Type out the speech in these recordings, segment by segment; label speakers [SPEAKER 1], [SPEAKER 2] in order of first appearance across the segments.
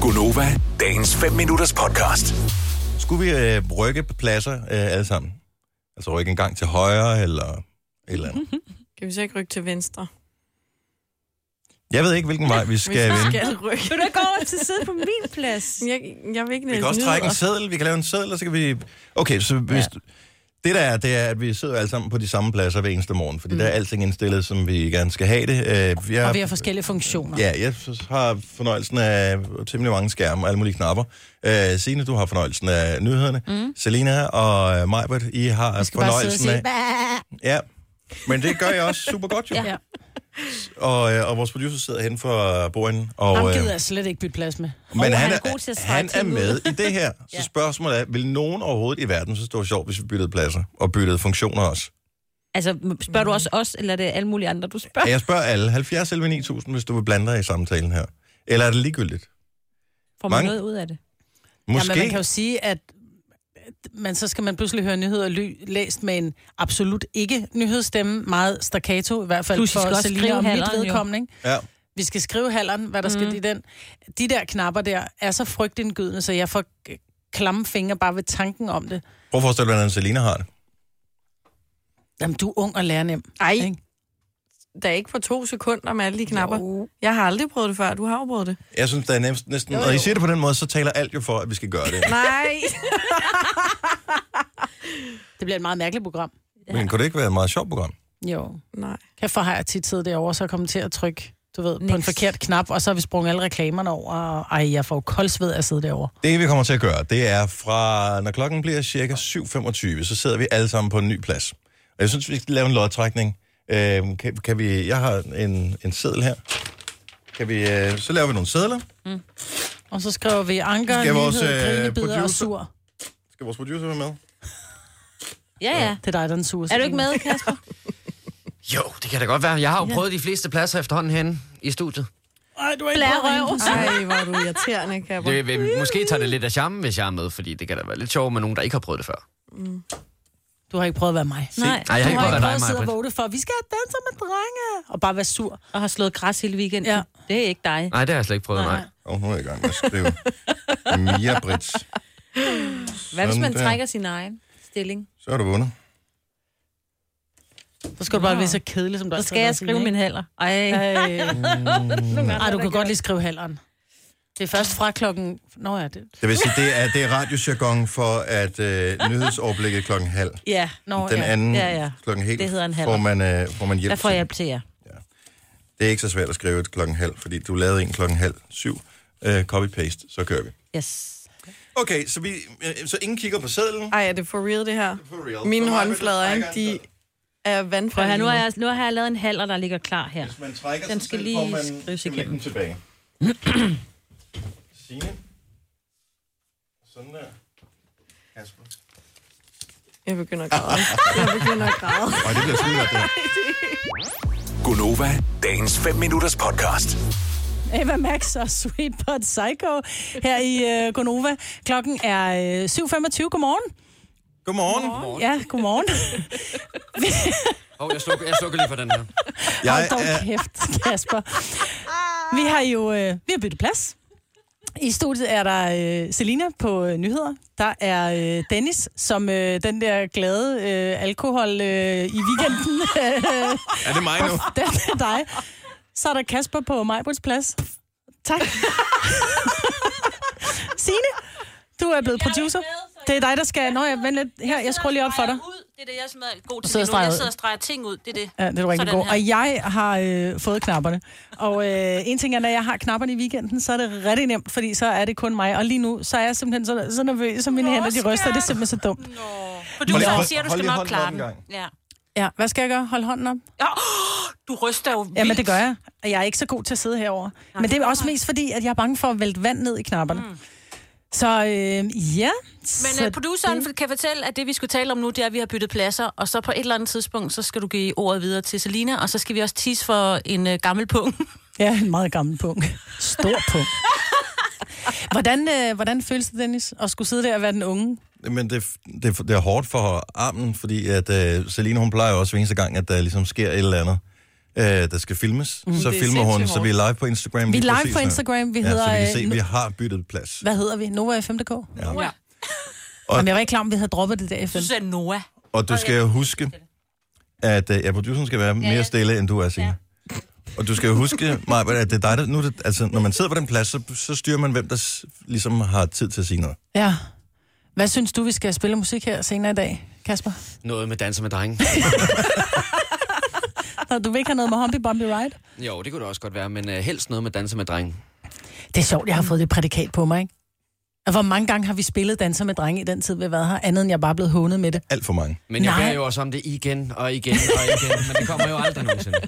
[SPEAKER 1] Gunova, dagens 5 minutters podcast.
[SPEAKER 2] Skulle vi øh, rykke på pladser øh, alle sammen? Altså rykke en gang til højre eller et eller andet.
[SPEAKER 3] Kan vi så ikke rykke til venstre?
[SPEAKER 2] Jeg ved ikke, hvilken vej vi skal
[SPEAKER 3] Hvis vi
[SPEAKER 2] vende.
[SPEAKER 3] skal rykke.
[SPEAKER 4] Vil du ikke gå over til side på min plads?
[SPEAKER 3] Jeg, jeg vil ikke
[SPEAKER 2] Vi kan også trække en seddel. Vi kan lave en seddel, og så kan vi... Okay, så hvis... Det der er, det er, at vi sidder alle sammen på de samme pladser hver eneste morgen, fordi mm. der er alting indstillet, som vi gerne skal have det. Øh, jeg,
[SPEAKER 5] Og vi har forskellige funktioner.
[SPEAKER 2] Ja, jeg f- har fornøjelsen af temmelig mange skærme og alle mulige knapper. Øh, Signe, du har fornøjelsen af nyhederne. Mm. Selina og øh, Majbert, I har
[SPEAKER 5] Du skal bare sidde og
[SPEAKER 2] fornøjelsen
[SPEAKER 5] sige,
[SPEAKER 2] af... Ja, men det gør jeg også super godt jo.
[SPEAKER 5] Ja.
[SPEAKER 2] Og, øh, og vores producer sidder hen for bordenden. Og,
[SPEAKER 5] Ham
[SPEAKER 2] øh,
[SPEAKER 5] gider jeg slet ikke bytte plads med.
[SPEAKER 2] men
[SPEAKER 4] Og
[SPEAKER 2] han,
[SPEAKER 4] han er
[SPEAKER 2] er,
[SPEAKER 4] god til at strege
[SPEAKER 2] han er
[SPEAKER 4] ting ud.
[SPEAKER 2] med i det her. Så spørgsmålet er, vil nogen overhovedet i verden synes, det var sjovt, hvis vi byttede pladser og byttede funktioner også?
[SPEAKER 4] Altså, spørger du også os, eller er det alle mulige andre, du spørger?
[SPEAKER 2] Jeg spørger alle. 70 11 9000, hvis du vil blande dig i samtalen her. Eller er det ligegyldigt?
[SPEAKER 4] Får man
[SPEAKER 2] mange-
[SPEAKER 4] noget ud af det?
[SPEAKER 2] Måske.
[SPEAKER 5] Jamen, man kan jo sige, at men så skal man pludselig høre nyheder ly- læst med en absolut ikke nyhedsstemme, meget staccato, i hvert fald
[SPEAKER 4] Plus, vi skal
[SPEAKER 5] for
[SPEAKER 4] også
[SPEAKER 5] Selina
[SPEAKER 4] skrive
[SPEAKER 5] og mit
[SPEAKER 4] halderen, jo.
[SPEAKER 5] vedkommende. ikke?
[SPEAKER 2] ja.
[SPEAKER 5] Vi skal skrive halderen, hvad der mm. skal i den. De der knapper der er så frygtindgydende, så jeg får øh, klamme fingre bare ved tanken om det.
[SPEAKER 2] Prøv at forestille dig, hvordan Selina har det.
[SPEAKER 5] Jamen, du er ung og lærer nem.
[SPEAKER 3] Ej,
[SPEAKER 5] Ikke?
[SPEAKER 3] der er ikke på to sekunder med alle de knapper. Jo. Jeg har aldrig prøvet det før. Du har jo prøvet det.
[SPEAKER 2] Jeg synes, det er næsten... næsten Når I siger det på den måde, så taler alt jo for, at vi skal gøre det.
[SPEAKER 3] Nej.
[SPEAKER 5] Det bliver et meget mærkeligt program.
[SPEAKER 2] Men kunne det ikke være et meget sjovt program?
[SPEAKER 5] Jo.
[SPEAKER 3] Nej.
[SPEAKER 5] Kæft, har jeg tit siddet derovre, så kommer til at trykke du ved, på en
[SPEAKER 4] Next.
[SPEAKER 5] forkert knap, og så har vi sprunget alle reklamerne over, og ej, jeg får jo koldsved af at sidde derovre.
[SPEAKER 2] Det, vi kommer til at gøre, det er fra, når klokken bliver cirka 7.25, så sidder vi alle sammen på en ny plads. Og jeg synes, vi skal lave en lodtrækning. Øhm, kan, kan vi, jeg har en, en seddel her. Kan vi, øh, så laver vi nogle sædler.
[SPEAKER 5] Og så skriver vi anker,
[SPEAKER 2] Skal
[SPEAKER 5] nyhed,
[SPEAKER 2] vores,
[SPEAKER 5] vores,
[SPEAKER 2] øh,
[SPEAKER 5] grinebider og
[SPEAKER 2] producer-
[SPEAKER 5] sur.
[SPEAKER 2] Skal vores producer være med?
[SPEAKER 4] Ja, ja.
[SPEAKER 5] Det er dig, der er den sure.
[SPEAKER 4] Er du ikke
[SPEAKER 5] Selina.
[SPEAKER 4] med, Kasper?
[SPEAKER 6] Jo, det kan da godt være. Jeg har jo prøvet de fleste pladser efterhånden hen i studiet.
[SPEAKER 5] Ej, du er ikke
[SPEAKER 4] Blære
[SPEAKER 5] røv.
[SPEAKER 3] Ej, hvor er du irriterende, Kapper.
[SPEAKER 6] Det, vil- måske tager det lidt af charmen, hvis jeg er med, fordi det kan da være lidt sjovt med nogen, der ikke har prøvet det før.
[SPEAKER 5] Du har ikke prøvet at være mig.
[SPEAKER 4] Nej.
[SPEAKER 6] Nej,
[SPEAKER 5] Du
[SPEAKER 6] jeg har ikke
[SPEAKER 5] har ikke
[SPEAKER 6] prøvet at
[SPEAKER 5] prøvet
[SPEAKER 6] være
[SPEAKER 5] at sidde
[SPEAKER 6] dig,
[SPEAKER 5] og
[SPEAKER 6] Maja.
[SPEAKER 5] vågne for, vi skal danse med drenge, og bare være sur.
[SPEAKER 4] Og har slået græs hele weekenden.
[SPEAKER 5] Ja.
[SPEAKER 4] Det er ikke dig.
[SPEAKER 6] Nej, det har jeg slet ikke prøvet, nej.
[SPEAKER 5] Nej.
[SPEAKER 2] Og oh, nu er jeg i gang med at skrive. Mia Brits.
[SPEAKER 4] Hvad hvis man
[SPEAKER 2] Sådan der.
[SPEAKER 4] trækker sin egen stilling?
[SPEAKER 2] Så er du vundet.
[SPEAKER 5] Så skal du bare være så kedelig, som du
[SPEAKER 4] Så
[SPEAKER 5] altid
[SPEAKER 4] skal
[SPEAKER 5] har
[SPEAKER 4] jeg
[SPEAKER 5] været,
[SPEAKER 4] skrive min
[SPEAKER 5] Selina,
[SPEAKER 4] haller. Ej.
[SPEAKER 5] ikke? Ej, Ej, du kan godt lige skrive halderen. Det er først fra klokken... Nå ja, det...
[SPEAKER 2] Det vil sige, det er, det er radiojargon for, at øh, nyhedsoverblikket klokken halv.
[SPEAKER 4] Ja,
[SPEAKER 5] Nå,
[SPEAKER 2] Den
[SPEAKER 5] ja.
[SPEAKER 2] anden
[SPEAKER 4] Ja, ja.
[SPEAKER 2] klokken helt
[SPEAKER 4] Det hedder en halv.
[SPEAKER 2] får man, øh, får man hjælp
[SPEAKER 4] der får
[SPEAKER 2] til.
[SPEAKER 4] jeg hjælp til jer.
[SPEAKER 2] Det er ikke så svært at skrive et klokken halv, fordi du lavede en klokken halv syv. Øh, copy-paste, så kører vi.
[SPEAKER 4] Yes.
[SPEAKER 2] Okay, så, vi, øh, så ingen kigger på sædlen.
[SPEAKER 3] Ej, er det for real, det her?
[SPEAKER 2] For real.
[SPEAKER 3] Mine
[SPEAKER 2] Så meget,
[SPEAKER 3] håndflader,
[SPEAKER 2] hvis
[SPEAKER 3] ikke?
[SPEAKER 2] man
[SPEAKER 3] De
[SPEAKER 2] trækker-
[SPEAKER 3] er
[SPEAKER 4] Prøv her,
[SPEAKER 3] vandfærdige.
[SPEAKER 4] nu har, jeg, nu har jeg lavet en halder, der ligger klar her.
[SPEAKER 2] Hvis man trækker
[SPEAKER 4] Den
[SPEAKER 2] sig
[SPEAKER 4] skal
[SPEAKER 2] selv,
[SPEAKER 4] lige
[SPEAKER 2] får man-
[SPEAKER 4] skrives
[SPEAKER 2] kan man lægge
[SPEAKER 4] igennem.
[SPEAKER 2] den tilbage. Signe. Sådan der. Kasper.
[SPEAKER 3] Jeg begynder at græde. Jeg begynder at græde.
[SPEAKER 2] Og det bliver skide godt, det her.
[SPEAKER 1] Gunova, dagens 5 minutters podcast.
[SPEAKER 5] Ava Max og Sweet But Psycho her i øh, Gonova. Klokken er øh, 7.25. Godmorgen.
[SPEAKER 2] Godmorgen.
[SPEAKER 5] Ja, godmorgen.
[SPEAKER 6] Hov, jeg slukker, jeg slukker lige for den her.
[SPEAKER 2] Jeg
[SPEAKER 5] Hold dog
[SPEAKER 2] er,
[SPEAKER 5] kæft, Kasper. Vi har jo øh, vi har byttet plads. I studiet er der øh, Selina på øh, nyheder. Der er øh, Dennis, som øh, den der glade øh, alkohol øh, i weekenden. Øh,
[SPEAKER 2] er det mig nu?
[SPEAKER 5] den er dig. Så er der Kasper på Majbruds plads. Tak. Signe, du er blevet producer. Det er dig, der skal... Nå, jeg, vent lidt. Her, jeg skruer lige op for dig.
[SPEAKER 7] Det er det, jeg smider god
[SPEAKER 5] sidder
[SPEAKER 7] til.
[SPEAKER 5] og
[SPEAKER 7] nu. Jeg
[SPEAKER 5] streger-
[SPEAKER 7] sidder og streger ting ud. Det er det.
[SPEAKER 5] Ja, det er du rigtig
[SPEAKER 7] Sådan
[SPEAKER 5] god.
[SPEAKER 7] her.
[SPEAKER 5] Og jeg har øh, fået knapperne. Og øh, en ting er, når jeg har knapperne i weekenden, så er det rigtig nemt, fordi så er det kun mig. Og lige nu, så er jeg simpelthen så, så nervøs, som mine
[SPEAKER 7] Nå,
[SPEAKER 5] hænder de ryster. Det er
[SPEAKER 7] skat.
[SPEAKER 5] simpelthen så dumt.
[SPEAKER 7] Nå.
[SPEAKER 2] Hold lige-
[SPEAKER 7] Produceren siger, du
[SPEAKER 2] hold
[SPEAKER 7] skal
[SPEAKER 2] lige
[SPEAKER 7] nok
[SPEAKER 2] hånden op
[SPEAKER 7] klare
[SPEAKER 2] en
[SPEAKER 7] den.
[SPEAKER 2] gang.
[SPEAKER 7] Ja.
[SPEAKER 5] Ja, hvad skal jeg gøre? Hold hånden op.
[SPEAKER 7] Du ryster jo vildt.
[SPEAKER 5] Jamen, det gør jeg. Og jeg er ikke så god til at sidde herover. Men det er også mest fordi, at jeg er bange for at vælte vand ned i knapperne. Så øh, ja.
[SPEAKER 7] Mm. Men øh, produceren kan fortælle, at det, vi skulle tale om nu, det er, at vi har byttet pladser, og så på et eller andet tidspunkt, så skal du give ordet videre til Selina, og så skal vi også tease for en øh, gammel pung.
[SPEAKER 5] Ja, en meget gammel punkt. Stor punkt. Hvordan, øh, hvordan føles det, Dennis, at skulle sidde der og være den unge?
[SPEAKER 2] Men det, det, det er hårdt for armen, fordi at øh, Selina, hun plejer jo også hver eneste gang, at der ligesom sker et eller andet. øh, der skal filmes. Mm, så
[SPEAKER 3] Det er
[SPEAKER 2] filmer hun,
[SPEAKER 3] sindssygt
[SPEAKER 2] så vi er live på Instagram.
[SPEAKER 5] Vi
[SPEAKER 2] lige
[SPEAKER 5] er live
[SPEAKER 2] præcis
[SPEAKER 5] på
[SPEAKER 2] nu.
[SPEAKER 5] Instagram. Vi
[SPEAKER 2] ja,
[SPEAKER 5] hedder,
[SPEAKER 2] så vi kan
[SPEAKER 5] øh,
[SPEAKER 2] se,
[SPEAKER 5] nu-
[SPEAKER 2] vi har byttet plads.
[SPEAKER 5] Hvad hedder vi? Nova FM.dk? Ja.
[SPEAKER 7] Noah.
[SPEAKER 2] Og-
[SPEAKER 5] Jamen, jeg var ikke klar, om vi havde droppet det der FM.
[SPEAKER 7] Du sagde Noah.
[SPEAKER 2] Og du skal jo huske, at øh, ja, produceren skal være mere stille, end du er, Signe. Og du skal jo huske, Maja, at det er dig, der, nu, er det, altså, når man sidder på den plads, så, så styrer man, hvem der s- ligesom har tid til at sige noget.
[SPEAKER 5] Ja. Hvad synes du, vi skal spille musik her senere i dag, Kasper?
[SPEAKER 6] Noget med danser med drenge.
[SPEAKER 5] Nå, du vil ikke have noget med Humpy Bumpy Ride?
[SPEAKER 6] jo, det kunne det også godt være, men uh, helst noget med danser med drenge.
[SPEAKER 5] Det er sjovt, jeg har fået det prædikat på mig, ikke? Og hvor mange gange har vi spillet danser med drenge i den tid, vi har været her, andet end jeg bare er blevet hånet med det.
[SPEAKER 2] Alt for mange.
[SPEAKER 6] Men jeg
[SPEAKER 5] Nej.
[SPEAKER 6] beder jo også om det igen og igen og igen, men det kommer jo aldrig nogensinde.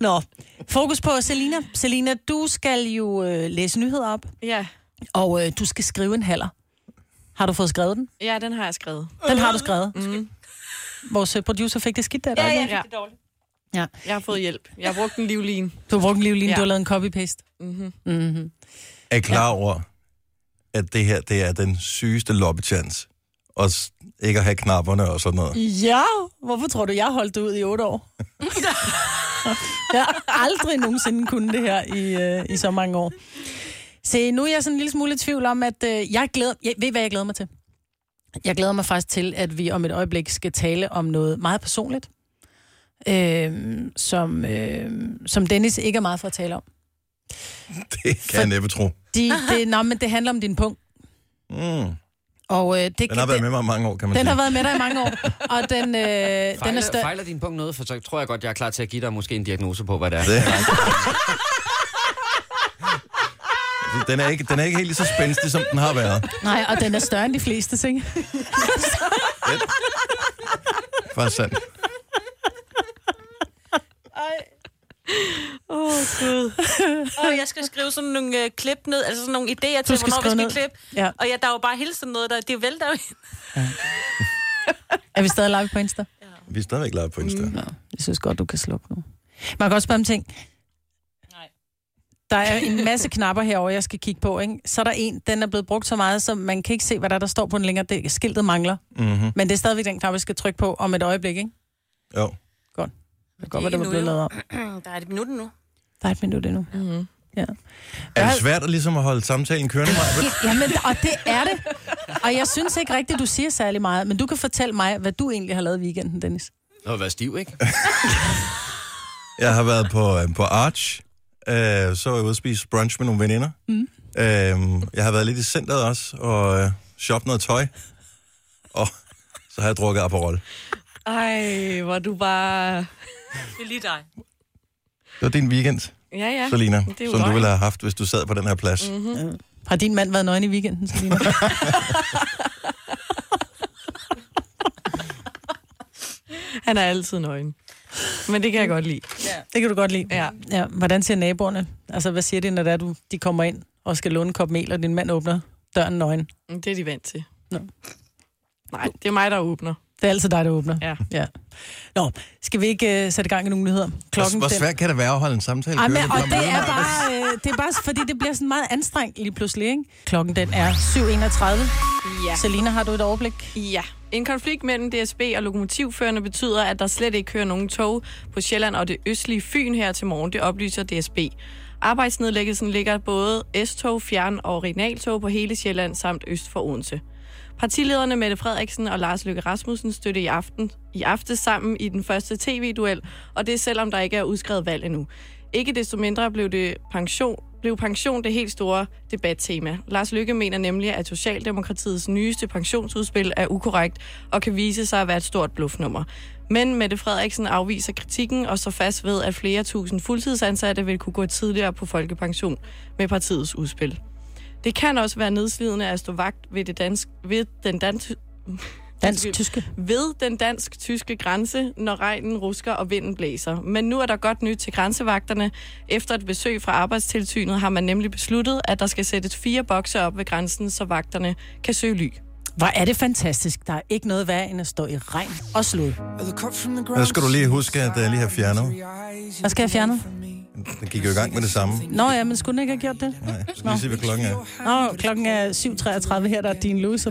[SPEAKER 5] Nå, fokus på Selina. Selina, du skal jo øh, læse nyheder op,
[SPEAKER 3] Ja.
[SPEAKER 5] og øh, du skal skrive en haller. Har du fået skrevet den?
[SPEAKER 3] ja, den har jeg skrevet.
[SPEAKER 5] Den har du skrevet. Mm. Vores øh, producer fik det skidt der, ja,
[SPEAKER 3] ja. Det dårligt.
[SPEAKER 5] Ja.
[SPEAKER 3] Jeg har fået hjælp. Jeg har brugt en livlin. Mhm,
[SPEAKER 5] Du har brugt en livline, ja.
[SPEAKER 3] Ja.
[SPEAKER 5] du har lavet en copy-paste.
[SPEAKER 2] Er I klar over, at det her, det er den sygeste loppechance? Og s- ikke at have knapperne og sådan noget.
[SPEAKER 5] Ja, hvorfor tror du, jeg holdt det ud i otte år? jeg har aldrig nogensinde kunnet det her i, øh, i så mange år. Se, nu er jeg sådan en lille smule i tvivl om, at øh, jeg glæder... Jeg, ved I, hvad jeg glæder mig til? Jeg glæder mig faktisk til, at vi om et øjeblik skal tale om noget meget personligt, øh, som, øh, som Dennis ikke er meget for at tale om.
[SPEAKER 2] Det kan jeg næppe tro.
[SPEAKER 5] De, det, nå, men det handler om din punkt.
[SPEAKER 2] Mm.
[SPEAKER 5] Og, øh, det
[SPEAKER 2] Den har været med mig i mange år, kan man
[SPEAKER 5] den har
[SPEAKER 2] sige.
[SPEAKER 5] været med dig i mange år, og den, øh, den er
[SPEAKER 6] Fejler,
[SPEAKER 5] større...
[SPEAKER 6] fejler din punkt noget, for så tror jeg godt, jeg er klar til at give dig måske en diagnose på, hvad det er.
[SPEAKER 2] Det er Altså, Den er, ikke, den er ikke helt lige så spændstig, som den har været.
[SPEAKER 5] Nej, og den er større end de fleste, ikke?
[SPEAKER 2] Faktisk sandt.
[SPEAKER 7] Åh, oh, jeg skal skrive sådan nogle øh, klip ned, altså sådan nogle idéer til,
[SPEAKER 5] skal
[SPEAKER 7] hvornår vi
[SPEAKER 5] skrive
[SPEAKER 7] skal
[SPEAKER 5] ned.
[SPEAKER 7] klippe.
[SPEAKER 5] Ja.
[SPEAKER 7] Og ja, der er jo bare hele sådan noget, der, det vælter jo.
[SPEAKER 5] Er vi stadig live på Insta?
[SPEAKER 2] Vi er stadigvæk live på Insta. Mm.
[SPEAKER 5] Jeg synes godt, du kan slukke nu. Man kan godt spørge om ting.
[SPEAKER 7] Nej.
[SPEAKER 5] Der er en masse knapper herover, jeg skal kigge på. Ikke? Så er der en, den er blevet brugt så meget, så man kan ikke se, hvad der, er, der står på den længere. Det, skiltet mangler.
[SPEAKER 2] Mm-hmm.
[SPEAKER 5] Men det er stadigvæk den knap, jeg skal trykke på om et øjeblik. Ikke?
[SPEAKER 2] Jo.
[SPEAKER 5] Godt. Det kan godt være,
[SPEAKER 7] Det
[SPEAKER 5] det
[SPEAKER 7] er
[SPEAKER 5] var
[SPEAKER 7] nu
[SPEAKER 5] blevet
[SPEAKER 7] jo.
[SPEAKER 5] lavet om.
[SPEAKER 7] Der er et minut nu.
[SPEAKER 5] Der er et minut endnu.
[SPEAKER 3] mhm.
[SPEAKER 2] Er det svært at, ligesom at holde samtalen kørende? Maja?
[SPEAKER 5] Jamen, og det er det. Og jeg synes ikke rigtigt, du siger særlig meget. Men du kan fortælle mig, hvad du egentlig har lavet i weekenden, Dennis.
[SPEAKER 6] Du har været stiv, ikke?
[SPEAKER 2] Jeg har været på, øh, på Arch. Øh, så var jeg ude at spise brunch med nogle veninder. Mm. Øh, jeg har været lidt i centret også og øh, shoppe noget tøj. Og så har jeg drukket Aperol. Det
[SPEAKER 3] Ej, hvor du bare...
[SPEAKER 7] Det er lige dig.
[SPEAKER 2] var din weekend, ja.
[SPEAKER 3] Ja, ja.
[SPEAKER 2] Selina,
[SPEAKER 3] det er jo
[SPEAKER 2] som du
[SPEAKER 3] løgn.
[SPEAKER 2] ville have haft, hvis du sad på den her plads. Mm.
[SPEAKER 5] Har din mand været nøgen i weekenden, Selina?
[SPEAKER 3] Han er altid nøgen. Men det kan jeg godt lide.
[SPEAKER 5] Det kan du godt lide.
[SPEAKER 3] Ja.
[SPEAKER 5] ja. Hvordan siger naboerne? Altså, hvad siger de, når det er, du, de kommer ind og skal låne en kop mel, og din mand åbner døren nøgen?
[SPEAKER 3] Det er de vant til.
[SPEAKER 5] Nå.
[SPEAKER 3] Nej, det er mig, der åbner.
[SPEAKER 5] Det er altid dig, der åbner.
[SPEAKER 3] Ja.
[SPEAKER 5] ja. Nå, skal vi ikke uh, sætte gang i nogle nyheder?
[SPEAKER 2] Hvor, hvor
[SPEAKER 5] den-
[SPEAKER 2] svært kan det være at holde en samtale
[SPEAKER 5] Ej, men,
[SPEAKER 2] kørende?
[SPEAKER 5] og det er, bare, øh, det er bare, fordi det bliver sådan meget anstrengt lige pludselig, ikke? Klokken den er 7.31.
[SPEAKER 3] Ja.
[SPEAKER 5] Selina, har du et overblik?
[SPEAKER 3] Ja. En konflikt mellem DSB og lokomotivførende betyder, at der slet ikke kører nogen tog på Sjælland og det østlige Fyn her til morgen. Det oplyser DSB. Arbejdsnedlæggelsen ligger både S-tog, fjern- og regionaltog på hele Sjælland samt øst for Odense. Partilederne Mette Frederiksen og Lars Løkke Rasmussen støtter i aften i aften sammen i den første tv-duel, og det er selvom der ikke er udskrevet valg endnu. Ikke desto mindre blev det pension, blev pension det helt store debattema. Lars Løkke mener nemlig, at Socialdemokratiets nyeste pensionsudspil er ukorrekt og kan vise sig at være et stort bluffnummer. Men Mette Frederiksen afviser kritikken og så fast ved, at flere tusind fuldtidsansatte vil kunne gå tidligere på folkepension med partiets udspil. Det kan også være nedslidende at stå vagt ved, det dansk, ved den danske
[SPEAKER 5] Dansk-tyske.
[SPEAKER 3] Altså, ved den dansk-tyske grænse, når regnen rusker og vinden blæser. Men nu er der godt nyt til grænsevagterne. Efter et besøg fra arbejdstilsynet har man nemlig besluttet, at der skal sættes fire bokse op ved grænsen, så vagterne kan søge ly.
[SPEAKER 5] Hvor er det fantastisk. Der er ikke noget værre, end at stå i regn og slud.
[SPEAKER 2] Der skal du lige huske, at jeg lige har fjernet.
[SPEAKER 5] Hvad skal jeg fjerne?
[SPEAKER 2] Den gik jo i gang med det samme.
[SPEAKER 5] Nå ja, men skulle den ikke have gjort det?
[SPEAKER 2] Nej, jeg skal lige se, hvad klokken er.
[SPEAKER 5] Nå, klokken er 7.33 her, der er din loser.